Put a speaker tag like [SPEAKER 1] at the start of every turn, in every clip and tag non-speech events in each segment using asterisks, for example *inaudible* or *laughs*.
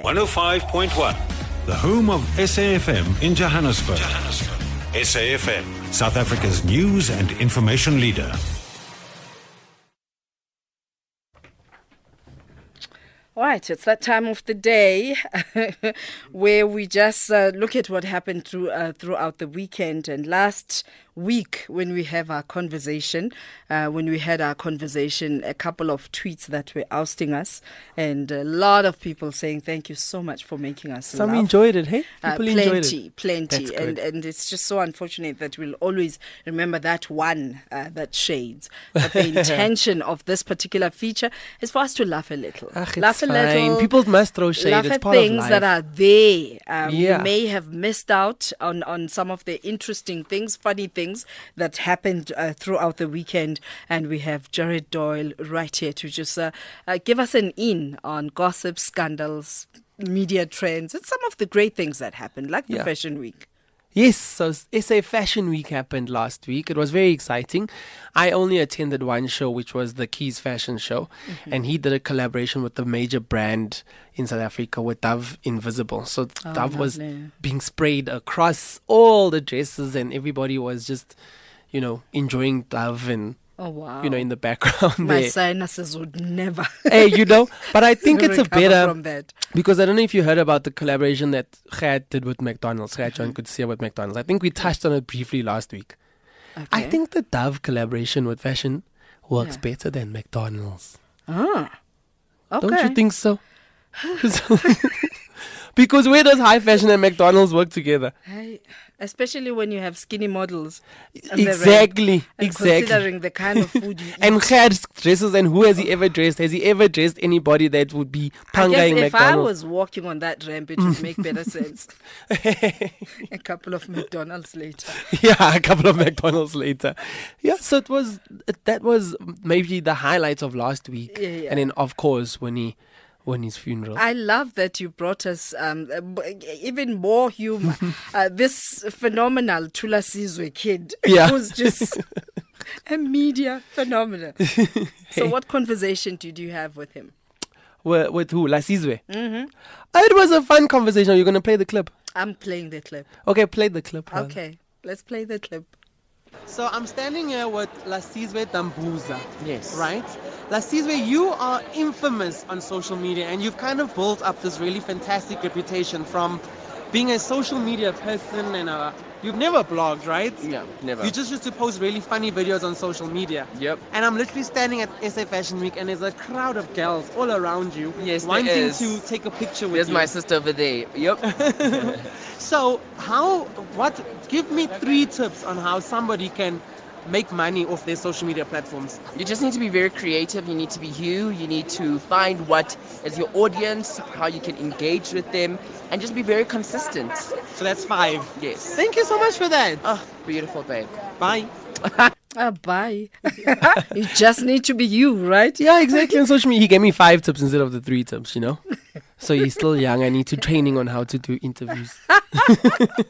[SPEAKER 1] 105.1, the home of SAFM in Johannesburg. Johannesburg. SAFM, South Africa's news and information leader.
[SPEAKER 2] All right, it's that time of the day *laughs* where we just uh, look at what happened through, uh, throughout the weekend. And last week, when we have our conversation, uh, when we had our conversation, a couple of tweets that were ousting us, and a lot of people saying thank you so much for making us.
[SPEAKER 3] Some
[SPEAKER 2] laugh."
[SPEAKER 3] enjoyed it, hey?
[SPEAKER 2] Uh,
[SPEAKER 3] People
[SPEAKER 2] plenty,
[SPEAKER 3] enjoyed it.
[SPEAKER 2] plenty,
[SPEAKER 3] That's
[SPEAKER 2] and
[SPEAKER 3] good.
[SPEAKER 2] and it's just so unfortunate that we'll always remember that one uh, that shades. But
[SPEAKER 3] *laughs*
[SPEAKER 2] the intention of this particular feature is for us to laugh a little,
[SPEAKER 3] Ach, it's
[SPEAKER 2] laugh a little.
[SPEAKER 3] fine. People must throw shade.
[SPEAKER 2] Laugh
[SPEAKER 3] It's
[SPEAKER 2] at
[SPEAKER 3] part of
[SPEAKER 2] things
[SPEAKER 3] life.
[SPEAKER 2] that are there. Um,
[SPEAKER 3] Yeah.
[SPEAKER 2] You may have missed out on on some of the interesting things, funny things that happened uh, throughout the weekend, and we have Jared Doyle right here to just uh, uh, give us an in on gossip, scandals. Media trends and some of the great things that happened, like the
[SPEAKER 3] Yeah.
[SPEAKER 2] Fashion Week.
[SPEAKER 3] Yes, so SA Fashion Week happened last week. It was very exciting. I only attended one show, which was the Keys Fashion Show,
[SPEAKER 2] Mm-hmm.
[SPEAKER 3] and he did a collaboration with the major brand in South Africa with Dove Invisible. So Dove was
[SPEAKER 2] Oh, lovely.
[SPEAKER 3] being sprayed across all the dresses, and everybody was just, you know, enjoying Dove and,
[SPEAKER 2] Oh wow!
[SPEAKER 3] you know, in the background *laughs*
[SPEAKER 2] my
[SPEAKER 3] there.
[SPEAKER 2] sinuses would never.
[SPEAKER 3] *laughs*
[SPEAKER 2] *laughs*
[SPEAKER 3] hey, you know, but I think it's a
[SPEAKER 2] recover
[SPEAKER 3] better.
[SPEAKER 2] from that.
[SPEAKER 3] Because I don't know if you heard about the collaboration that Gert did with McDonald's, Gert
[SPEAKER 2] Mm-hmm.
[SPEAKER 3] John Kutsia with McDonald's. I think we touched on it briefly last week. I
[SPEAKER 2] Okay.
[SPEAKER 3] think the Dove collaboration with fashion works
[SPEAKER 2] Yeah.
[SPEAKER 3] better than McDonald's.
[SPEAKER 2] Ah, okay.
[SPEAKER 3] Don't you
[SPEAKER 2] *laughs*
[SPEAKER 3] think so? *laughs* So- because where does high fashion and McDonald's work together?
[SPEAKER 2] I, especially when you have skinny models. on the ramp
[SPEAKER 3] exactly.
[SPEAKER 2] and
[SPEAKER 3] Exactly.
[SPEAKER 2] Considering the kind of food you eat.
[SPEAKER 3] *laughs* And Gert dresses, and who has he ever dressed? Has he ever dressed anybody that would be
[SPEAKER 2] I guess
[SPEAKER 3] pangaing
[SPEAKER 2] if I
[SPEAKER 3] McDonald's?
[SPEAKER 2] was walking on that ramp, it would make better
[SPEAKER 3] *laughs*
[SPEAKER 2] sense. A couple of McDonald's later.
[SPEAKER 3] *laughs* yeah, a couple of McDonald's later. Yeah, so it was that was maybe the highlights of last week,
[SPEAKER 2] Yeah, Ah. yeah.
[SPEAKER 3] and then of course when he when his funeral.
[SPEAKER 2] I love that you brought us um, uh, b- even more humor. uh, this phenomenal Tula Sizwe kid
[SPEAKER 3] Yeah.
[SPEAKER 2] who's
[SPEAKER 3] *laughs*
[SPEAKER 2] just a media phenomenon. So, what conversation did you have with him?
[SPEAKER 3] with, with who? Lasizwe. Mm-hmm. It was a fun conversation. You're gonna play the clip.
[SPEAKER 2] I'm playing the clip.
[SPEAKER 3] Okay, play the clip. rather.
[SPEAKER 2] Okay, let's play the clip.
[SPEAKER 3] So I'm standing here with Lasizwe Dambuza.
[SPEAKER 4] Yes.
[SPEAKER 3] Right? Lasizwe, you are infamous on social media and you've kind of built up this really fantastic reputation from being a social media person and a, you've never blogged, right?
[SPEAKER 4] No, never.
[SPEAKER 3] You just used to post really funny videos on social media.
[SPEAKER 4] Yep.
[SPEAKER 3] And I'm literally standing at SA Fashion Week and there's a crowd of girls all around you
[SPEAKER 4] Yes, there
[SPEAKER 3] wanting
[SPEAKER 4] is.
[SPEAKER 3] to take a picture with
[SPEAKER 4] There's
[SPEAKER 3] you.
[SPEAKER 4] my sister over there. Yep.
[SPEAKER 3] So how what give me three tips on how somebody can make money off their social media platforms.
[SPEAKER 4] you just need to be very creative. You need to be you. You need to find what is your audience, how you can engage with them, and just be very consistent.
[SPEAKER 3] So that's five.
[SPEAKER 4] Yes.
[SPEAKER 3] Thank you so much for that.
[SPEAKER 4] Oh, beautiful, babe.
[SPEAKER 3] Bye.
[SPEAKER 2] Ah, bye. *laughs* you just need to be you, right?
[SPEAKER 3] Yeah, exactly. On social media, he gave me five tips instead of the three tips, you know? So he's still young. I need to training on how to do interviews. *laughs*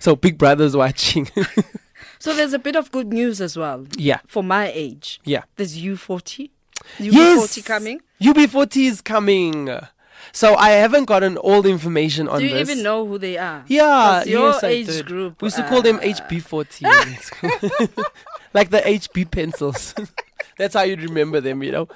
[SPEAKER 3] so Big Brother's watching. *laughs*
[SPEAKER 2] So there's a bit of good news as well.
[SPEAKER 3] yeah.
[SPEAKER 2] For my age,
[SPEAKER 3] Yeah.
[SPEAKER 2] there's U40. U40
[SPEAKER 3] yes.
[SPEAKER 2] coming.
[SPEAKER 3] UB40 is coming. So I haven't gotten all the information on
[SPEAKER 2] Do you
[SPEAKER 3] this.
[SPEAKER 2] even know who they are?
[SPEAKER 3] Yeah,
[SPEAKER 2] 'Cause your
[SPEAKER 3] yes, I
[SPEAKER 2] age
[SPEAKER 3] did.
[SPEAKER 2] group. Ah. uh,
[SPEAKER 3] We used to call them
[SPEAKER 2] *laughs*
[SPEAKER 3] HB40, *laughs* like the HB pencils. *laughs* That's how you'd remember them, you know.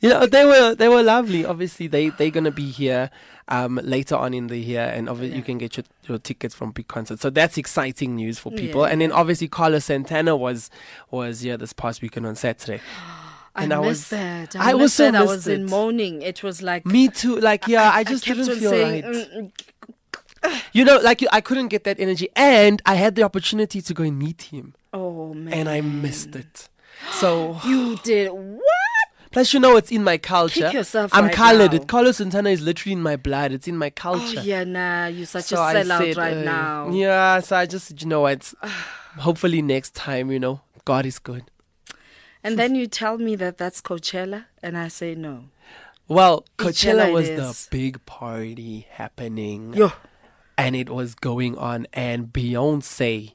[SPEAKER 3] You know they were they were lovely. Obviously, they they're gonna be here um, later on in the year, and obviously you can get your, your tickets from big concerts. So that's exciting news for people.
[SPEAKER 2] Yeah.
[SPEAKER 3] And then obviously Carlos Santana was was here this past weekend on Saturday.
[SPEAKER 2] I
[SPEAKER 3] and I
[SPEAKER 2] missed
[SPEAKER 3] was-
[SPEAKER 2] that. I,
[SPEAKER 3] I
[SPEAKER 2] missed
[SPEAKER 3] also
[SPEAKER 2] that. I
[SPEAKER 3] missed
[SPEAKER 2] was in
[SPEAKER 3] it.
[SPEAKER 2] mourning. It was like
[SPEAKER 3] Me too. Like yeah, I, just
[SPEAKER 2] kept
[SPEAKER 3] didn't
[SPEAKER 2] on
[SPEAKER 3] feel
[SPEAKER 2] saying,
[SPEAKER 3] right.
[SPEAKER 2] "Mm, mm,
[SPEAKER 3] You know, like you, I couldn't get that energy, and I had the opportunity to go and meet him.
[SPEAKER 2] Oh man,
[SPEAKER 3] and I missed it. So *gasps*
[SPEAKER 2] you did what?
[SPEAKER 3] plus you know it's in my culture.
[SPEAKER 2] yourself
[SPEAKER 3] I'm
[SPEAKER 2] right
[SPEAKER 3] colored.
[SPEAKER 2] now.
[SPEAKER 3] It Carlos Santana is literally in my blood. It's in my culture.
[SPEAKER 2] Oh yeah, nah, you're such
[SPEAKER 3] So
[SPEAKER 2] a
[SPEAKER 3] I
[SPEAKER 2] sellout
[SPEAKER 3] said,
[SPEAKER 2] right
[SPEAKER 3] uh,
[SPEAKER 2] now.
[SPEAKER 3] Yeah, so I just said, you know what?
[SPEAKER 2] *sighs*
[SPEAKER 3] Hopefully next time, you know, God is good.
[SPEAKER 2] And then you tell me that that's Coachella, and I say no.
[SPEAKER 3] Well,
[SPEAKER 2] Coachella
[SPEAKER 3] Coachella
[SPEAKER 2] it
[SPEAKER 3] was
[SPEAKER 2] is.
[SPEAKER 3] the big party happening.
[SPEAKER 2] Yo,
[SPEAKER 3] and it was going on and Beyonce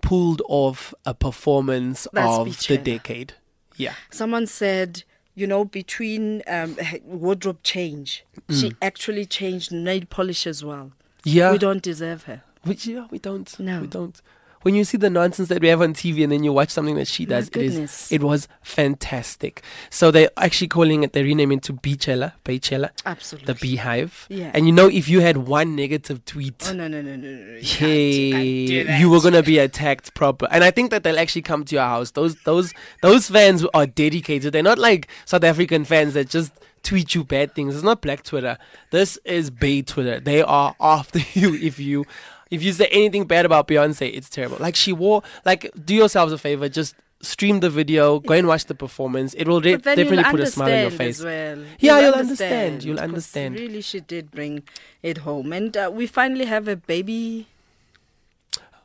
[SPEAKER 3] pulled off a performance
[SPEAKER 2] That's
[SPEAKER 3] of the
[SPEAKER 2] Beachella.
[SPEAKER 3] decade. Yeah.
[SPEAKER 2] someone said you know, between um, wardrobe change,
[SPEAKER 3] Mm.
[SPEAKER 2] she actually changed nail polish as well.
[SPEAKER 3] Yeah.
[SPEAKER 2] We don't deserve her.
[SPEAKER 3] Which yeah, we don't.
[SPEAKER 2] No.
[SPEAKER 3] we don't. When you see the nonsense that we have on TV and then you watch something that she
[SPEAKER 2] My
[SPEAKER 3] does, it is
[SPEAKER 2] goodness.
[SPEAKER 3] it was fantastic. So they're actually calling it, they're renaming it to Beachella, Beachella,
[SPEAKER 2] Absolutely.
[SPEAKER 3] the Beehive.
[SPEAKER 2] Yeah.
[SPEAKER 3] And you know, if you had one negative tweet,
[SPEAKER 2] Oh, no, no, no, no, no. You
[SPEAKER 3] Hey, you were gonna be attacked proper, and I think that they'll actually come to your house. Those those those fans are dedicated. They're not like South African fans that just tweet you bad things. It's not Black Twitter. This is Bay Twitter. They are after *laughs* you if you if you say anything bad about Beyonce. It's terrible. Like she wore. Like do yourselves a favor. Just stream the video. Go and watch the performance. It will re-
[SPEAKER 2] But then you'll
[SPEAKER 3] definitely put a smile on your
[SPEAKER 2] understand
[SPEAKER 3] face.
[SPEAKER 2] As well.
[SPEAKER 3] Yeah, you'll understand. You'll
[SPEAKER 2] 'cause
[SPEAKER 3] understand.
[SPEAKER 2] Really, she did bring it home, and uh, we finally have a baby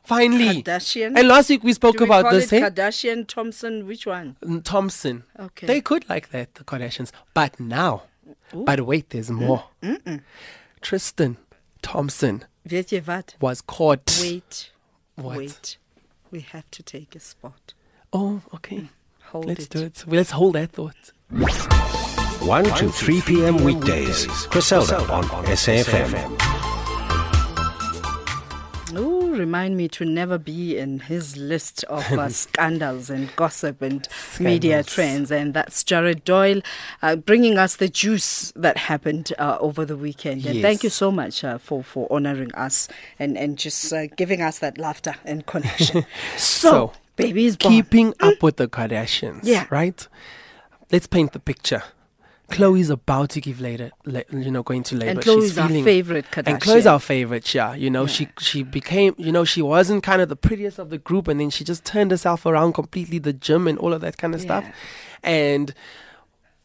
[SPEAKER 3] Finally.
[SPEAKER 2] Kardashian.
[SPEAKER 3] And last week we spoke
[SPEAKER 2] Do we
[SPEAKER 3] about
[SPEAKER 2] call
[SPEAKER 3] this.
[SPEAKER 2] it
[SPEAKER 3] hey?
[SPEAKER 2] Kardashian Thompson. Which one?
[SPEAKER 3] N- Thompson.
[SPEAKER 2] Okay.
[SPEAKER 3] They could like that, the Kardashians. But now, but wait, there's
[SPEAKER 2] Mm,
[SPEAKER 3] more. Tristan Thompson
[SPEAKER 2] Weet je wat?
[SPEAKER 3] was caught.
[SPEAKER 2] Wait,
[SPEAKER 3] What?
[SPEAKER 2] wait. We have to take a spot.
[SPEAKER 3] Oh, okay.
[SPEAKER 2] Hold
[SPEAKER 3] Let's
[SPEAKER 2] it.
[SPEAKER 3] do it. Well, let's hold that thought.
[SPEAKER 1] 1 to 3 p.m. weekdays. Griselda on SAFM.
[SPEAKER 2] Oh, remind me to never be in his list of
[SPEAKER 3] *laughs*
[SPEAKER 2] uh, scandals and gossip and media trends. And that's Jared Doyle uh, bringing us the juice that happened uh, over the weekend. And thank you so much uh, for, for honoring us and, and just uh, giving us that laughter and
[SPEAKER 3] *laughs*
[SPEAKER 2] connection. so,
[SPEAKER 3] So,
[SPEAKER 2] baby is born.
[SPEAKER 3] Keeping up with the Kardashians.
[SPEAKER 2] Yeah.
[SPEAKER 3] Right? Let's paint the picture. Chloe's about to give later, la- you know, going to labor.
[SPEAKER 2] Chloe's
[SPEAKER 3] She's
[SPEAKER 2] our
[SPEAKER 3] feeling,
[SPEAKER 2] favorite
[SPEAKER 3] And Chloe's
[SPEAKER 2] Kardashian.
[SPEAKER 3] our favorite, yeah. You know, she she became, you know, she wasn't kind of the prettiest of the group, and then she just turned herself around completely, the gym and all of that kind of stuff, and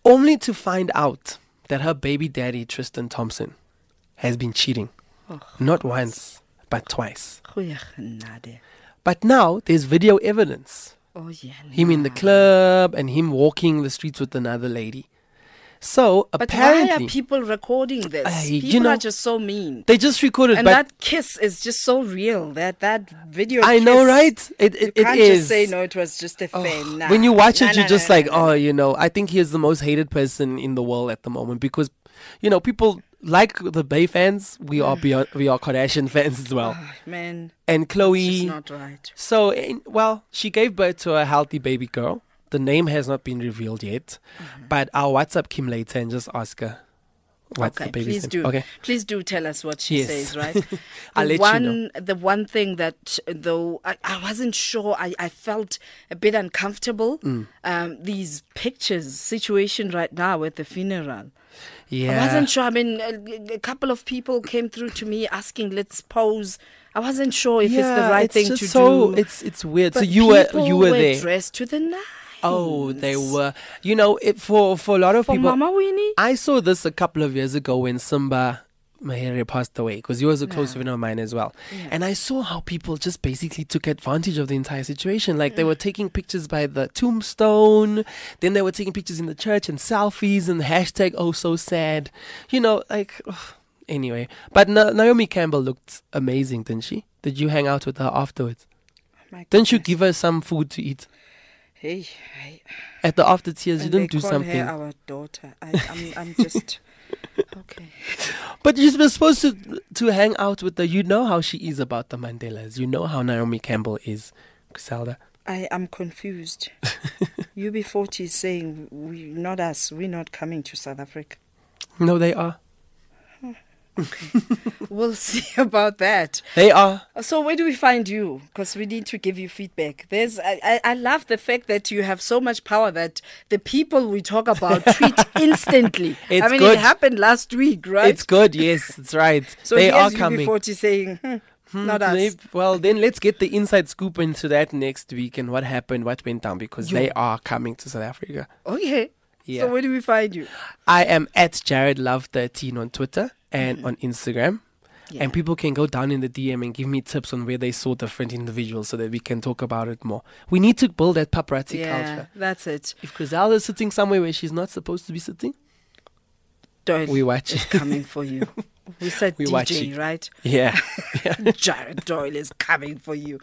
[SPEAKER 3] only to find out that her baby daddy Tristan Thompson has been cheating, not once but twice.
[SPEAKER 2] Goeie genade.
[SPEAKER 3] But now there's video evidence
[SPEAKER 2] Oh, yeah.
[SPEAKER 3] him in the club and him walking the streets with another lady. So
[SPEAKER 2] But
[SPEAKER 3] apparently
[SPEAKER 2] why are people recording this?
[SPEAKER 3] Ay, you
[SPEAKER 2] people
[SPEAKER 3] know-
[SPEAKER 2] are just so mean.
[SPEAKER 3] they just recorded,
[SPEAKER 2] and
[SPEAKER 3] but
[SPEAKER 2] that kiss is just so real. That that video.
[SPEAKER 3] I know,
[SPEAKER 2] kiss,
[SPEAKER 3] right? It- it-
[SPEAKER 2] you
[SPEAKER 3] it
[SPEAKER 2] can't
[SPEAKER 3] is.
[SPEAKER 2] just say no. It was just a fan. Nah.
[SPEAKER 3] when you watch it,
[SPEAKER 2] Nah,
[SPEAKER 3] you're
[SPEAKER 2] nah,
[SPEAKER 3] just
[SPEAKER 2] nah,
[SPEAKER 3] like,
[SPEAKER 2] nah, nah.
[SPEAKER 3] oh, you know, I think he is the most hated person in the world at the moment because, you know, people like the Bay fans,
[SPEAKER 2] *sighs*
[SPEAKER 3] we are beyond, we are Kardashian fans as well,
[SPEAKER 2] man,
[SPEAKER 3] and
[SPEAKER 2] it's just
[SPEAKER 3] Chloe.
[SPEAKER 2] not right.
[SPEAKER 3] So, in, well, she gave birth to a healthy baby girl. The name has not been revealed yet,
[SPEAKER 2] Mm-hmm.
[SPEAKER 3] but I'll WhatsApp Kim later and just ask her what's
[SPEAKER 2] Okay,
[SPEAKER 3] the baby's
[SPEAKER 2] please
[SPEAKER 3] name.
[SPEAKER 2] do.
[SPEAKER 3] Okay.
[SPEAKER 2] Please do tell us what she
[SPEAKER 3] Yes.
[SPEAKER 2] says,
[SPEAKER 3] *laughs*
[SPEAKER 2] right?
[SPEAKER 3] I'll
[SPEAKER 2] the
[SPEAKER 3] let you know.
[SPEAKER 2] one, The one thing that, though, I, I wasn't sure, I, I felt a bit uncomfortable.
[SPEAKER 3] Mm.
[SPEAKER 2] Um, these pictures, situation right now at the funeral.
[SPEAKER 3] Yeah.
[SPEAKER 2] I wasn't sure. I mean, a, a couple of people came through to me asking, "Let's pose." I wasn't sure if it's the right
[SPEAKER 3] it's
[SPEAKER 2] thing
[SPEAKER 3] just
[SPEAKER 2] to
[SPEAKER 3] so,
[SPEAKER 2] do.
[SPEAKER 3] It's it's weird. so
[SPEAKER 2] But
[SPEAKER 3] you were
[SPEAKER 2] people
[SPEAKER 3] you were, there.
[SPEAKER 2] dressed to the nines.
[SPEAKER 3] Oh, they were. You know, it, for for a lot of
[SPEAKER 2] For
[SPEAKER 3] people, Ah,
[SPEAKER 2] Mama Winnie?
[SPEAKER 3] I saw this a couple of years ago when Simba Mahere passed away because he was a close friend of mine as well, and I saw how people just basically took advantage of the entire situation. Like they were
[SPEAKER 2] Mm.
[SPEAKER 3] taking pictures by the tombstone, then they were taking pictures in the church and selfies and hashtag oh so sad. You know, like. ugh, Anyway, but Na- Naomi Campbell looked amazing, didn't she? Did you hang out with her afterwards?
[SPEAKER 2] My
[SPEAKER 3] Didn't you give her some food to eat
[SPEAKER 2] Hey, hey.
[SPEAKER 3] at the after tears?
[SPEAKER 2] And
[SPEAKER 3] you
[SPEAKER 2] they
[SPEAKER 3] didn't do
[SPEAKER 2] call
[SPEAKER 3] something.
[SPEAKER 2] Her our daughter. I, I'm, I'm just *laughs* okay.
[SPEAKER 3] But you're supposed to to hang out with her. You know how she is about the Mandelas. You know how Naomi Campbell is, Griselda.
[SPEAKER 2] I am
[SPEAKER 3] *laughs*
[SPEAKER 2] confused. UB40 is saying we, not us. We're not coming to South Africa.
[SPEAKER 3] No, they are.
[SPEAKER 2] *laughs* We'll see *laughs* about that.
[SPEAKER 3] They are.
[SPEAKER 2] So where do we find you? Because we need to give you feedback. There's, I, I, I love the fact that you have so much power that the people we talk
[SPEAKER 3] *laughs*
[SPEAKER 2] about tweet instantly. I
[SPEAKER 3] It's
[SPEAKER 2] mean,
[SPEAKER 3] good.
[SPEAKER 2] it happened last week, right?
[SPEAKER 3] It's good. Yes, it's right.
[SPEAKER 2] *laughs* so
[SPEAKER 3] they are
[SPEAKER 2] here's
[SPEAKER 3] coming.
[SPEAKER 2] UB40 saying, hmm, not us.
[SPEAKER 3] Maybe- well, then let's get the inside scoop into that next week and what happened, what went down, because they are coming to South Africa.
[SPEAKER 2] Okay.
[SPEAKER 3] Yeah.
[SPEAKER 2] So where do we find you?
[SPEAKER 3] I am at Jared Love 13 on Twitter and
[SPEAKER 2] Mm-hmm.
[SPEAKER 3] on Instagram. And people can go down in the DM and give me tips on where they saw different individuals so that we can talk about it more. We need to build that paparazzi
[SPEAKER 2] yeah,
[SPEAKER 3] culture.
[SPEAKER 2] that's it.
[SPEAKER 3] If Griselda is sitting somewhere where she's not supposed to be sitting,
[SPEAKER 2] Doyle
[SPEAKER 3] We watch.
[SPEAKER 2] is coming for you.
[SPEAKER 3] *laughs*
[SPEAKER 2] We said
[SPEAKER 3] We
[SPEAKER 2] DJ,
[SPEAKER 3] watch it.
[SPEAKER 2] right?
[SPEAKER 3] yeah.
[SPEAKER 2] Jared Doyle is coming for you.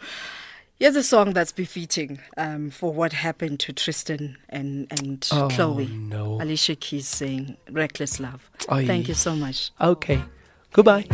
[SPEAKER 2] Here's a song that's befitting um, for what happened to Tristan and, and
[SPEAKER 3] Oh,
[SPEAKER 2] Chloe.
[SPEAKER 3] no.
[SPEAKER 2] Alicia Keys saying Reckless Love.
[SPEAKER 3] Aye.
[SPEAKER 2] Thank you so much.
[SPEAKER 3] *laughs* Okay. Goodbye.